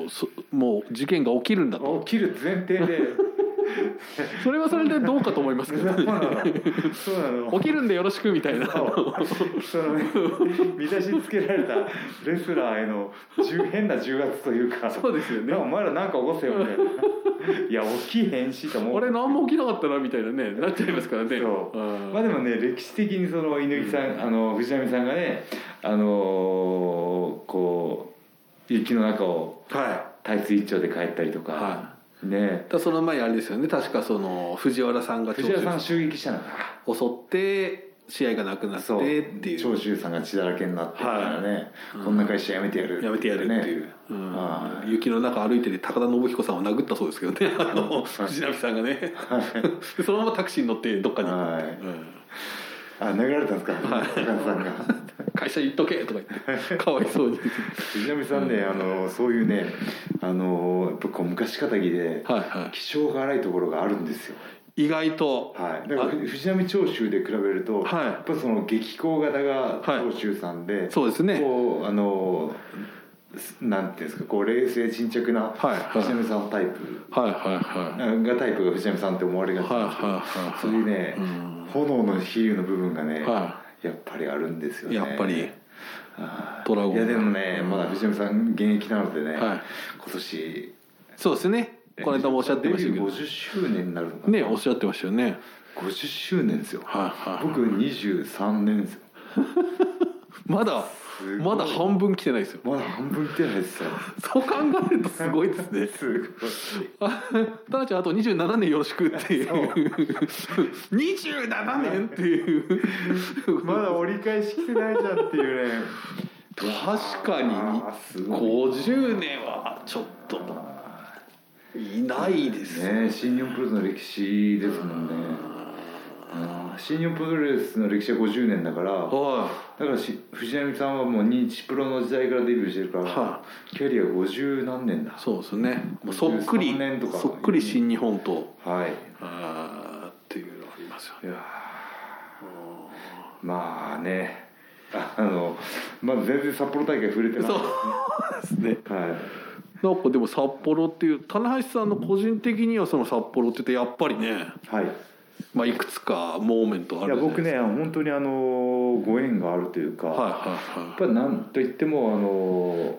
[SPEAKER 2] う、
[SPEAKER 1] は
[SPEAKER 2] そもう事件が起きるんだと
[SPEAKER 1] 起きる前提で
[SPEAKER 2] それはそれでどうかと思います
[SPEAKER 1] そ
[SPEAKER 2] け
[SPEAKER 1] う
[SPEAKER 2] ど
[SPEAKER 1] な
[SPEAKER 2] ね、
[SPEAKER 1] のそうなの
[SPEAKER 2] 起きるんでよろしくみたい な
[SPEAKER 1] そうそのね見出しつけられたレスラーへの重変な重圧というか
[SPEAKER 2] そうですよね
[SPEAKER 1] なお前らなんか起こせよみたいないや大きい変死と思う
[SPEAKER 2] 俺何も起きなかったなみたいなねなっちゃいますからね
[SPEAKER 1] そう
[SPEAKER 2] うん
[SPEAKER 1] まあでもね歴史的にその猪木さん、あの藤波さんがねあのーこう雪の中を
[SPEAKER 2] は
[SPEAKER 1] 耐水一丁で帰ったりとか、
[SPEAKER 2] い、は
[SPEAKER 1] ね
[SPEAKER 2] い、だその前にあれですよね確かその藤原さんが長
[SPEAKER 1] 藤
[SPEAKER 2] 州
[SPEAKER 1] 原さん襲撃したのか
[SPEAKER 2] 襲って試合がなくな
[SPEAKER 1] な
[SPEAKER 2] ってっていう
[SPEAKER 1] 長州さんが血だらけになってからね、
[SPEAKER 2] うん
[SPEAKER 1] こんな会社やめてやる
[SPEAKER 2] やめてやるっていう、
[SPEAKER 1] ね
[SPEAKER 2] うん
[SPEAKER 1] はい
[SPEAKER 2] 雪の中歩いてて高田信彦さんを殴ったそうですけどねあの藤波さんがねでそのままタクシーに乗ってどっかに行くっていう、うん
[SPEAKER 1] あ殴られたんですか高田さんが
[SPEAKER 2] 会社行っとけとか言ってかわいそうに
[SPEAKER 1] 藤波さんね、あのそういうねあのやっぱこう昔かたぎで
[SPEAKER 2] はい、は
[SPEAKER 1] 気性が荒いところがあるんですよ
[SPEAKER 2] い、意外と
[SPEAKER 1] はい、だから藤波長州で比べると、
[SPEAKER 2] はい
[SPEAKER 1] やっぱその激高型が
[SPEAKER 2] はい
[SPEAKER 1] 長州さんで、
[SPEAKER 2] そうですね
[SPEAKER 1] こうあのすなんていうんですかこう冷静沈着な
[SPEAKER 2] はいはい
[SPEAKER 1] 藤波さんのタイプ、
[SPEAKER 2] はいはいはい
[SPEAKER 1] がタイプが藤波さんって思われがち
[SPEAKER 2] はい
[SPEAKER 1] なん
[SPEAKER 2] は
[SPEAKER 1] ですけど、そ
[SPEAKER 2] いはい
[SPEAKER 1] ういうね、
[SPEAKER 2] うん
[SPEAKER 1] 炎の比喩の部分がね、
[SPEAKER 2] は
[SPEAKER 1] やっぱりあるんですよね
[SPEAKER 2] やっぱり
[SPEAKER 1] はい
[SPEAKER 2] ドラゴ
[SPEAKER 1] い
[SPEAKER 2] ン
[SPEAKER 1] やでもねまだ藤波さん現役なのでね、
[SPEAKER 2] はい
[SPEAKER 1] 今年
[SPEAKER 2] そうですねこの間もおっしゃってまし
[SPEAKER 1] デ
[SPEAKER 2] たけ
[SPEAKER 1] ビ
[SPEAKER 2] ど
[SPEAKER 1] ュー50周年になるのかな
[SPEAKER 2] ねおっしゃってましたよね
[SPEAKER 1] 50周年ですよ
[SPEAKER 2] はいはい
[SPEAKER 1] 僕23年ですよ
[SPEAKER 2] まだ
[SPEAKER 1] すごい
[SPEAKER 2] まだ半分来てないですよ
[SPEAKER 1] まだ半分来てないですよ
[SPEAKER 2] そう考えるとすごいで すね
[SPEAKER 1] すごい
[SPEAKER 2] あタナちゃんあと27年よろしくっていう27年っていう
[SPEAKER 1] まだ折り返し来てないじゃんっていうね
[SPEAKER 2] 確かに
[SPEAKER 1] あーすごい
[SPEAKER 2] 50年はちょっといないですね
[SPEAKER 1] ね新日本プロレスの歴史ですもんねうん新日本プロレスの歴史は50年だから
[SPEAKER 2] は
[SPEAKER 1] だからし藤波さんはもう日プロの時代からデビューしてるから、
[SPEAKER 2] は
[SPEAKER 1] キャリア50何年だ
[SPEAKER 2] いそうですねもうそっくり
[SPEAKER 1] 53年とか
[SPEAKER 2] そっくり新日本と
[SPEAKER 1] はい
[SPEAKER 2] あーっていうのがありますよ
[SPEAKER 1] い
[SPEAKER 2] ね
[SPEAKER 1] やーまあねあのまだ全然札幌大会触れてない
[SPEAKER 2] そう ですね
[SPEAKER 1] はい
[SPEAKER 2] なんかでも札幌っていう棚橋さんの個人的にはその札幌って言ってやっぱりね、
[SPEAKER 1] はい、
[SPEAKER 2] まあ、いくつかモーメント
[SPEAKER 1] い
[SPEAKER 2] あ
[SPEAKER 1] や
[SPEAKER 2] るじゃない
[SPEAKER 1] 僕
[SPEAKER 2] です
[SPEAKER 1] ね本当にあのご縁があるというか、
[SPEAKER 2] か
[SPEAKER 1] やっ
[SPEAKER 2] は
[SPEAKER 1] ぱなんといっても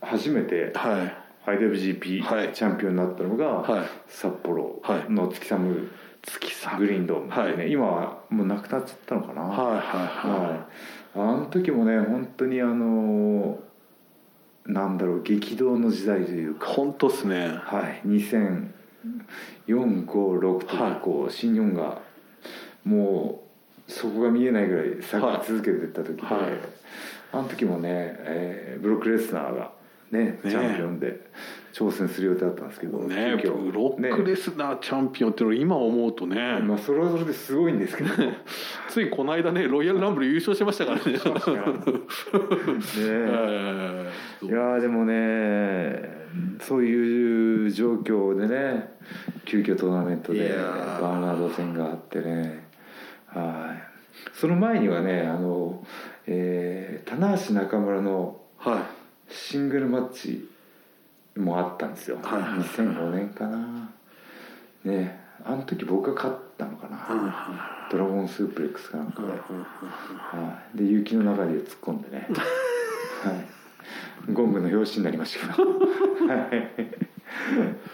[SPEAKER 1] あの初めて
[SPEAKER 2] いはいはいはい
[SPEAKER 1] IWGP
[SPEAKER 2] はい
[SPEAKER 1] チャンピオンになったのが
[SPEAKER 2] はい
[SPEAKER 1] 札幌
[SPEAKER 2] はい
[SPEAKER 1] の月寒
[SPEAKER 2] 月さん
[SPEAKER 1] グリーンドーム
[SPEAKER 2] はい
[SPEAKER 1] でね、今はもうなくなっちゃったのかな、
[SPEAKER 2] はいは
[SPEAKER 1] はい、あの時もね本当にあのなんだろう激動の時代という
[SPEAKER 2] い
[SPEAKER 1] か、
[SPEAKER 2] 本当っすね
[SPEAKER 1] はい、200456と
[SPEAKER 2] はい
[SPEAKER 1] かこう、新日本がもうそこが見えないぐらいサッカー続けてった時で、
[SPEAKER 2] はいはい
[SPEAKER 1] あの時もね、えーブロック・レスナーが、ね
[SPEAKER 2] ね
[SPEAKER 1] チャンピオンで挑戦する予定だったんですけど
[SPEAKER 2] ね
[SPEAKER 1] 急遽
[SPEAKER 2] ブロック
[SPEAKER 1] ね
[SPEAKER 2] レスナーチャンピオンっていうのを今思うとね
[SPEAKER 1] まあ、それはそれですごいんです けどね
[SPEAKER 2] ついこの間ねロイヤルランブル優勝しましたからね えー
[SPEAKER 1] いやーでもねそういう状況でね急遽トーナメント
[SPEAKER 2] い
[SPEAKER 1] で
[SPEAKER 2] やー
[SPEAKER 1] バーナード戦があってねはいその前にはねあの、えー棚橋中村の
[SPEAKER 2] は
[SPEAKER 1] シングルマッチもあったんですよ、
[SPEAKER 2] はいはい
[SPEAKER 1] 2005年かなねあの時僕が勝ったのかな、
[SPEAKER 2] いは
[SPEAKER 1] ドラゴンスープレックスかなんか
[SPEAKER 2] い
[SPEAKER 1] で、
[SPEAKER 2] は
[SPEAKER 1] はい、で雪の中で突っ込んでね、はい、ゴングの表紙になりましたけど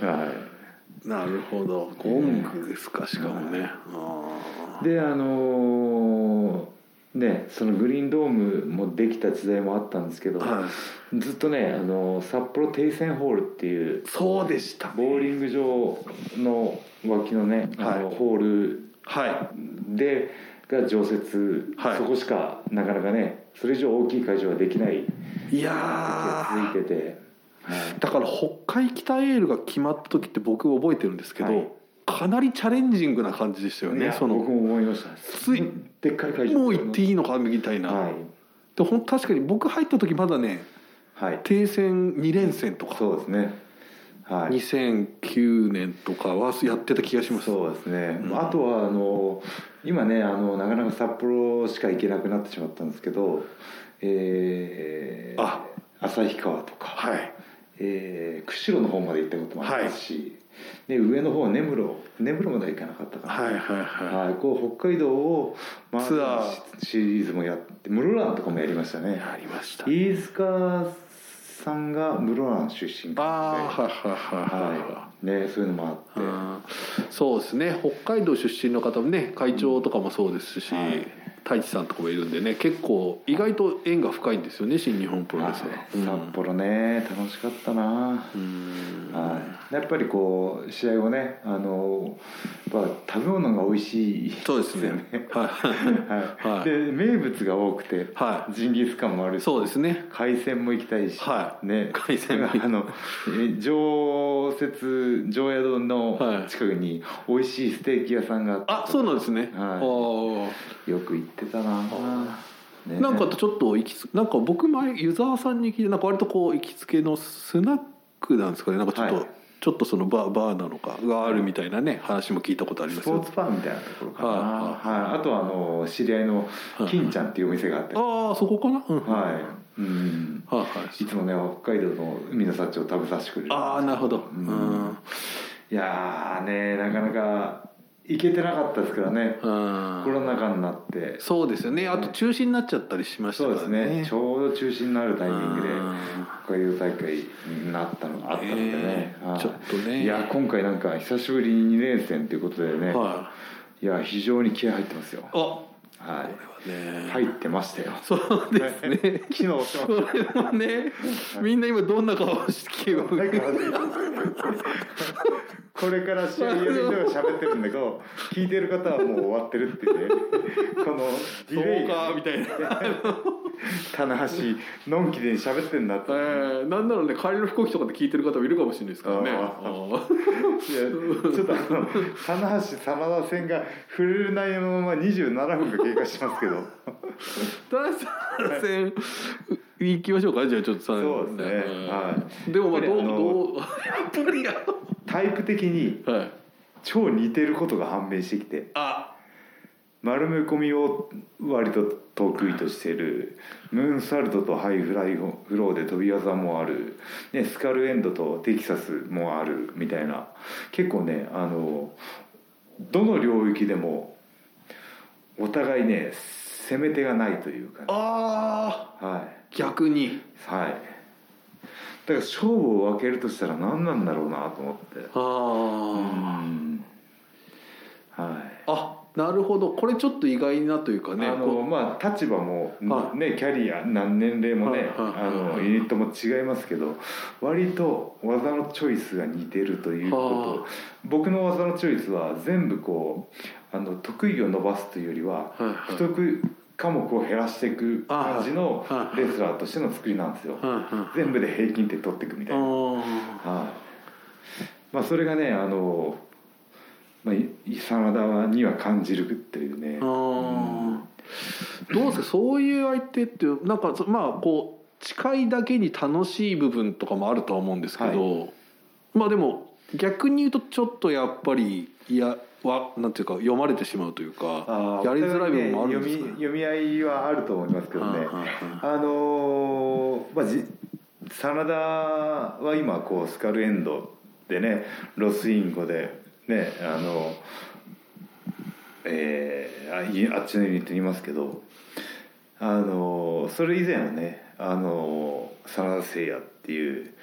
[SPEAKER 1] はい、
[SPEAKER 2] いなるほどゴングですかしかもねあ
[SPEAKER 1] であのーねそのグリーンドームもできた時代もあったんですけど、
[SPEAKER 2] ーはい
[SPEAKER 1] ずっとね、あのー札幌停戦ホールっていう
[SPEAKER 2] そうでした
[SPEAKER 1] ボーリング場の脇のね、あのホール
[SPEAKER 2] は
[SPEAKER 1] でが常設、
[SPEAKER 2] はい
[SPEAKER 1] そこしかなかなかねそれ以上大きい会場はできない
[SPEAKER 2] いいやー
[SPEAKER 1] 続いてて、はい
[SPEAKER 2] だから北海北エールが決まった時って僕覚えてるんですけど、
[SPEAKER 1] はい
[SPEAKER 2] かなりチャレンジングな感じでしたよ
[SPEAKER 1] い
[SPEAKER 2] ね
[SPEAKER 1] や
[SPEAKER 2] その
[SPEAKER 1] 僕も思いました
[SPEAKER 2] つい
[SPEAKER 1] でっかい会場
[SPEAKER 2] もう行っていいのかみたいな、
[SPEAKER 1] はい
[SPEAKER 2] でほん確かに僕入った時まだね
[SPEAKER 1] はい
[SPEAKER 2] 停戦2連戦とか
[SPEAKER 1] そうですねはい
[SPEAKER 2] 2009年とかはやってた気がします
[SPEAKER 1] そうですね、
[SPEAKER 2] うん
[SPEAKER 1] あとはあの今ねあのなかなか札幌しか行けなくなってしまったんですけどえー
[SPEAKER 2] あ
[SPEAKER 1] 旭川とか、
[SPEAKER 2] はい
[SPEAKER 1] えー釧路の方まで行ったこともありますし、ね、上の方は根室根室までは行かなかったかな、
[SPEAKER 2] はいはいは
[SPEAKER 1] はい、こう北海道を回る
[SPEAKER 2] ツアー
[SPEAKER 1] シリーズもやって室蘭とかもやりました
[SPEAKER 2] い
[SPEAKER 1] ね
[SPEAKER 2] ありました
[SPEAKER 1] 飯塚さんが室蘭出身
[SPEAKER 2] あ
[SPEAKER 1] な
[SPEAKER 2] あ
[SPEAKER 1] の
[SPEAKER 2] はいはいはいはい
[SPEAKER 1] で、はいね、そういうのもあって、
[SPEAKER 2] うんそうですね北海道出身の方もね会長とかもそうですし、
[SPEAKER 1] はい
[SPEAKER 2] 太一さんとかもいるんでね結構意外と縁が深いんですよね新日本プロレスは、
[SPEAKER 1] はい札幌ね楽しかったな、
[SPEAKER 2] うん
[SPEAKER 1] はい、やっぱりこう試合をねあのやっぱ食べ物が美味しい
[SPEAKER 2] そうですねはい
[SPEAKER 1] はい
[SPEAKER 2] はい
[SPEAKER 1] で名物が多くて、
[SPEAKER 2] は
[SPEAKER 1] ジンギスカンもある
[SPEAKER 2] い
[SPEAKER 1] し
[SPEAKER 2] そうですね
[SPEAKER 1] 海鮮も行きたいし、
[SPEAKER 2] はい
[SPEAKER 1] ね
[SPEAKER 2] 海鮮も行き
[SPEAKER 1] あのえ常設常宿の近くに美味しいステーキ屋さんがあって、
[SPEAKER 2] あそうなんですね、
[SPEAKER 1] はい
[SPEAKER 2] あ
[SPEAKER 1] よく行ってたな、ね
[SPEAKER 2] あなんかちょっと行きつなんか僕前湯沢さんに聞いてなんか割とこう行きつけのスナックなんですかねなんかちょっと、
[SPEAKER 1] はい
[SPEAKER 2] ちょっとそのバーバーなのかがあるみたいなね話も聞いたことあり
[SPEAKER 1] ス
[SPEAKER 2] ます
[SPEAKER 1] ポー
[SPEAKER 2] よ
[SPEAKER 1] ツバーみたいなところかな、
[SPEAKER 2] はい
[SPEAKER 1] はいあとはあの知り合いの金ちゃんっていうお店があって、は
[SPEAKER 2] ああそこかな、うん
[SPEAKER 1] いうん、
[SPEAKER 2] はいはい
[SPEAKER 1] いつもね北海道の海の幸を食べさせてくれる
[SPEAKER 2] ああなるほど、
[SPEAKER 1] う
[SPEAKER 2] うんん
[SPEAKER 1] いやーねなかなか行けてなかったですからね、
[SPEAKER 2] うん
[SPEAKER 1] コロナ禍になって
[SPEAKER 2] そうですよねあと中止になっちゃったりしました
[SPEAKER 1] そう
[SPEAKER 2] から
[SPEAKER 1] です
[SPEAKER 2] ね
[SPEAKER 1] ねちょうど中止になるタイミングで
[SPEAKER 2] うん
[SPEAKER 1] 北海道大会になったのがあったのでね
[SPEAKER 2] ね、
[SPEAKER 1] はい
[SPEAKER 2] ちょっとね
[SPEAKER 1] いや今回なんか久しぶりに2連戦ということでね、、
[SPEAKER 2] はい
[SPEAKER 1] や非常に気合入ってますよ
[SPEAKER 2] いあ
[SPEAKER 1] は
[SPEAKER 2] これはいね、
[SPEAKER 1] 入ってましたよ
[SPEAKER 2] そうですね
[SPEAKER 1] 昨日おっしゃってまし
[SPEAKER 2] これもねみんな今どんな顔してる
[SPEAKER 1] ただからねこれから試合やる人が喋ってるんだけど聞いてる方はもう終わってるっていうねこのデ
[SPEAKER 2] そ
[SPEAKER 1] ィレイ
[SPEAKER 2] う
[SPEAKER 1] が
[SPEAKER 2] かみたいな、
[SPEAKER 1] 棚橋のんきで喋ってんなっ
[SPEAKER 2] え
[SPEAKER 1] て
[SPEAKER 2] ー、なんならね帰りの飛行機とかで聞いてる方もいるかもしれないですからね
[SPEAKER 1] あー
[SPEAKER 2] あ
[SPEAKER 1] い
[SPEAKER 2] ー
[SPEAKER 1] やちょっとあの棚橋真田戦が触れる内容のまま27分が経過してますけど
[SPEAKER 2] 第3戦行きましょうかじゃあちょっとさ
[SPEAKER 1] そうですね
[SPEAKER 2] ん
[SPEAKER 1] は
[SPEAKER 2] でもまあどう
[SPEAKER 1] やっぱりあの
[SPEAKER 2] どうやっぱりや
[SPEAKER 1] タイプ的に
[SPEAKER 2] はい
[SPEAKER 1] 超似てることが判明してきて
[SPEAKER 2] あ
[SPEAKER 1] 丸め込みを割と得意としてるムーンサルトとハイフライフローで飛び技もある、ね、スカルエンドとテキサスもあるみたいな結構ねあのどの領域でもお互いね攻め手がないというか、
[SPEAKER 2] あ
[SPEAKER 1] はい
[SPEAKER 2] ー逆に
[SPEAKER 1] はいだから勝負を分けるとしたら何なんだろうなと思って
[SPEAKER 2] あー
[SPEAKER 1] んはい
[SPEAKER 2] あなるほどこれちょっと意外なというかね
[SPEAKER 1] あの
[SPEAKER 2] こ
[SPEAKER 1] まあ立場も、
[SPEAKER 2] は
[SPEAKER 1] ねキャリア何年齢もね、
[SPEAKER 2] はいはい
[SPEAKER 1] あのユニットも違いますけど割と技のチョイスが似てるということ
[SPEAKER 2] は
[SPEAKER 1] 僕の技のチョイスは全部こうあの得意を伸ばすというよりは
[SPEAKER 2] うはい
[SPEAKER 1] 不得科目を減らしていく感じの
[SPEAKER 2] はいはい
[SPEAKER 1] レスラーとしての作りなんですよ
[SPEAKER 2] はいはい
[SPEAKER 1] 全部で平均点取っていくみたいな。
[SPEAKER 2] あ
[SPEAKER 1] はい、まあそれがねあの、まあ、い真田には感じるっていうね
[SPEAKER 2] ーあーどうですかそういう相手っていうなんかそまあこう近いだけに楽しい部分とかもあるとは思うんですけど、まあでも逆に言うとちょっとやっぱりいやわなんていうか読まれてしまうというか
[SPEAKER 1] あー
[SPEAKER 2] やりづらい部分もあるんですか
[SPEAKER 1] 読み
[SPEAKER 2] ね
[SPEAKER 1] 読み合いはあると思いますけどね、
[SPEAKER 2] はいはい
[SPEAKER 1] あのーまあじ真田は今こうスカルエンドでねロスインゴでねあのえーあいあっちのユニットにいますけどあのーそれ以前はねあのー真田誠也っていう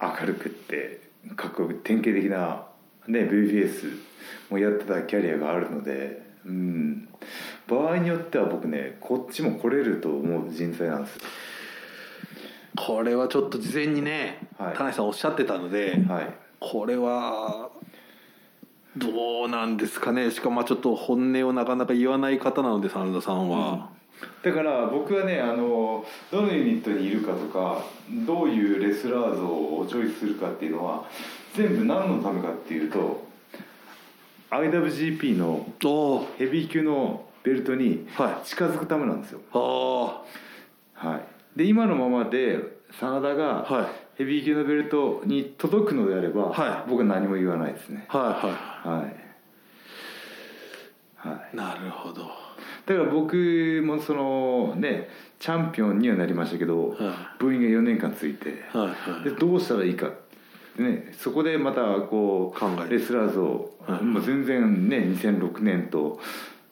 [SPEAKER 1] 明るくってかっこよく典型的な、ね、BBS もやってたキャリアがあるので、うん、場合によっては僕ねこっちも来れると思う人材なんですよ
[SPEAKER 2] これはちょっと事前にね、
[SPEAKER 1] はい
[SPEAKER 2] 田中さんおっしゃってたので、
[SPEAKER 1] はい
[SPEAKER 2] これはどうなんですかねしかもまあちょっと本音をなかなか言わない方なので真田さんは、
[SPEAKER 1] だから僕はねあのどのユニットにいるかとかどういうレスラー像をチョイスするかっていうのは全部何のためかっていうと IWGP の
[SPEAKER 2] おー
[SPEAKER 1] ヘビー級のベルトに
[SPEAKER 2] はい
[SPEAKER 1] 近づくためなんですよ、
[SPEAKER 2] あ
[SPEAKER 1] はい、で今のままで真田
[SPEAKER 2] あ
[SPEAKER 1] が
[SPEAKER 2] はい
[SPEAKER 1] ヘビー級のベルトに届くのであれば、
[SPEAKER 2] はい
[SPEAKER 1] 僕は何も言わないですね
[SPEAKER 2] はいは
[SPEAKER 1] はいはい
[SPEAKER 2] いなるほど
[SPEAKER 1] だから僕もそのねチャンピオンにはなりましたけど、部員が4年間ついて、
[SPEAKER 2] はいはい
[SPEAKER 1] でどうしたらいいかってねそこでまたこう
[SPEAKER 2] 考える
[SPEAKER 1] レスラーズを、
[SPEAKER 2] はい
[SPEAKER 1] もう全然ね2006年と、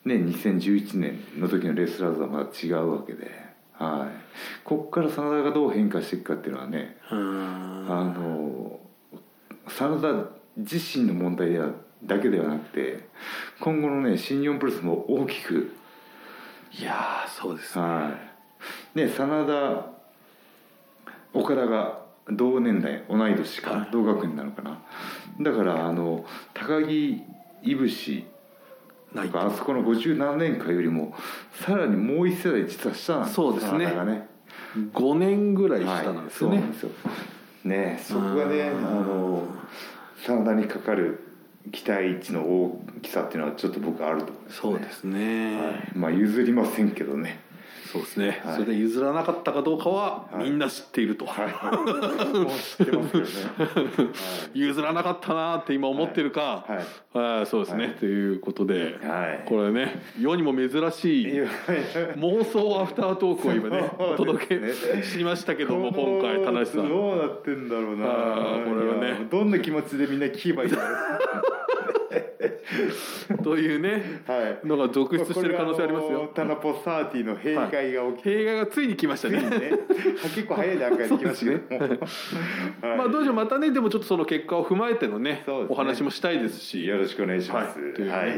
[SPEAKER 1] ね、2011年の時のレスラーズはまた違うわけで、はい、ここから真田がどう変化していくかっていうのはね、
[SPEAKER 2] うん
[SPEAKER 1] あの真田自身の問題だけではなくて今後のね新日本プロレスも大きく
[SPEAKER 2] いやーそうですね
[SPEAKER 1] はい、ね真田岡田が同年代同い年か、
[SPEAKER 2] はい
[SPEAKER 1] 同学年なのかなだからあの高木いぶし
[SPEAKER 2] ない
[SPEAKER 1] とかあそこの50何年かよりもさらにもう一世代実は下なんです
[SPEAKER 2] そうですね
[SPEAKER 1] 真田がね
[SPEAKER 2] 5年ぐらい下なんですよね、
[SPEAKER 1] はいそうなんですよねそこがねあ
[SPEAKER 2] うん
[SPEAKER 1] の真田にかかる期待値の大きさっていうのはちょっと僕あると思います、ね、
[SPEAKER 2] そうですね、
[SPEAKER 1] はいまあ譲りませんけどね
[SPEAKER 2] そうですね、
[SPEAKER 1] はい
[SPEAKER 2] それで譲らなかったかどうかは
[SPEAKER 1] はい
[SPEAKER 2] みんな知っていると、
[SPEAKER 1] はい、もう知ってますけどね。
[SPEAKER 2] 譲らなかったなーって今思ってるか、
[SPEAKER 1] はい。
[SPEAKER 2] はいそうですね、
[SPEAKER 1] はい
[SPEAKER 2] ということで、
[SPEAKER 1] はい。
[SPEAKER 2] これね世にも珍し
[SPEAKER 1] い
[SPEAKER 2] い
[SPEAKER 1] や
[SPEAKER 2] 妄想アフタートークを今ね
[SPEAKER 1] そう
[SPEAKER 2] お届け
[SPEAKER 1] ですね
[SPEAKER 2] しましたけども今回田中さん
[SPEAKER 1] どうなってんだろうな。
[SPEAKER 2] あーこれはね
[SPEAKER 1] いやどんな気持ちでみんな聞けばいいんだろう。
[SPEAKER 2] というね
[SPEAKER 1] はい。
[SPEAKER 2] のが続出してる可能性ありますよ
[SPEAKER 1] これはあのタナポサーティの閉会が起きて、
[SPEAKER 2] 弊害がついに来ましたね
[SPEAKER 1] ね、結構早い段階で来ましたけども。 はい
[SPEAKER 2] まあどうしようまたねでもちょっとその結果を踏まえてのね
[SPEAKER 1] そうですね
[SPEAKER 2] お話もしたいですし
[SPEAKER 1] よろしくお願いします。
[SPEAKER 2] はいというね
[SPEAKER 1] はい。は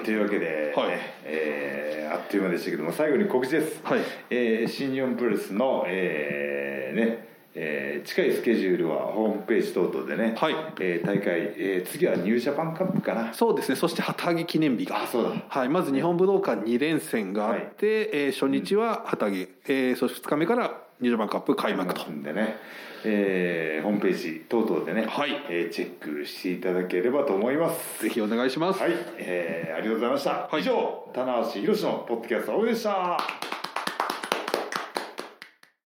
[SPEAKER 1] い。というわけで、
[SPEAKER 2] はい
[SPEAKER 1] えーあっという間でしたけども、最後に告知です。
[SPEAKER 2] はい
[SPEAKER 1] えー新日本プロレスの、えーね、えー近いスケジュールはホームページ等々でね、
[SPEAKER 2] はい
[SPEAKER 1] えー大会、えー次はニュージャパンカップかな。
[SPEAKER 2] そうですねそして旗揚げ記念日が
[SPEAKER 1] あ、そうだ。
[SPEAKER 2] はい、まず日本武道館2連戦があって、えー初日は旗揚げ、えーそして2日目からニュージャパンカップ開幕と、
[SPEAKER 1] んでね、えーホームページ等々でね、
[SPEAKER 2] はい
[SPEAKER 1] えーチェックしていただければと思います。
[SPEAKER 2] ぜひお願いします。
[SPEAKER 1] はい、えーありがとうございました。
[SPEAKER 2] はい
[SPEAKER 1] 以上、棚橋宏のポッドキャストオフでした。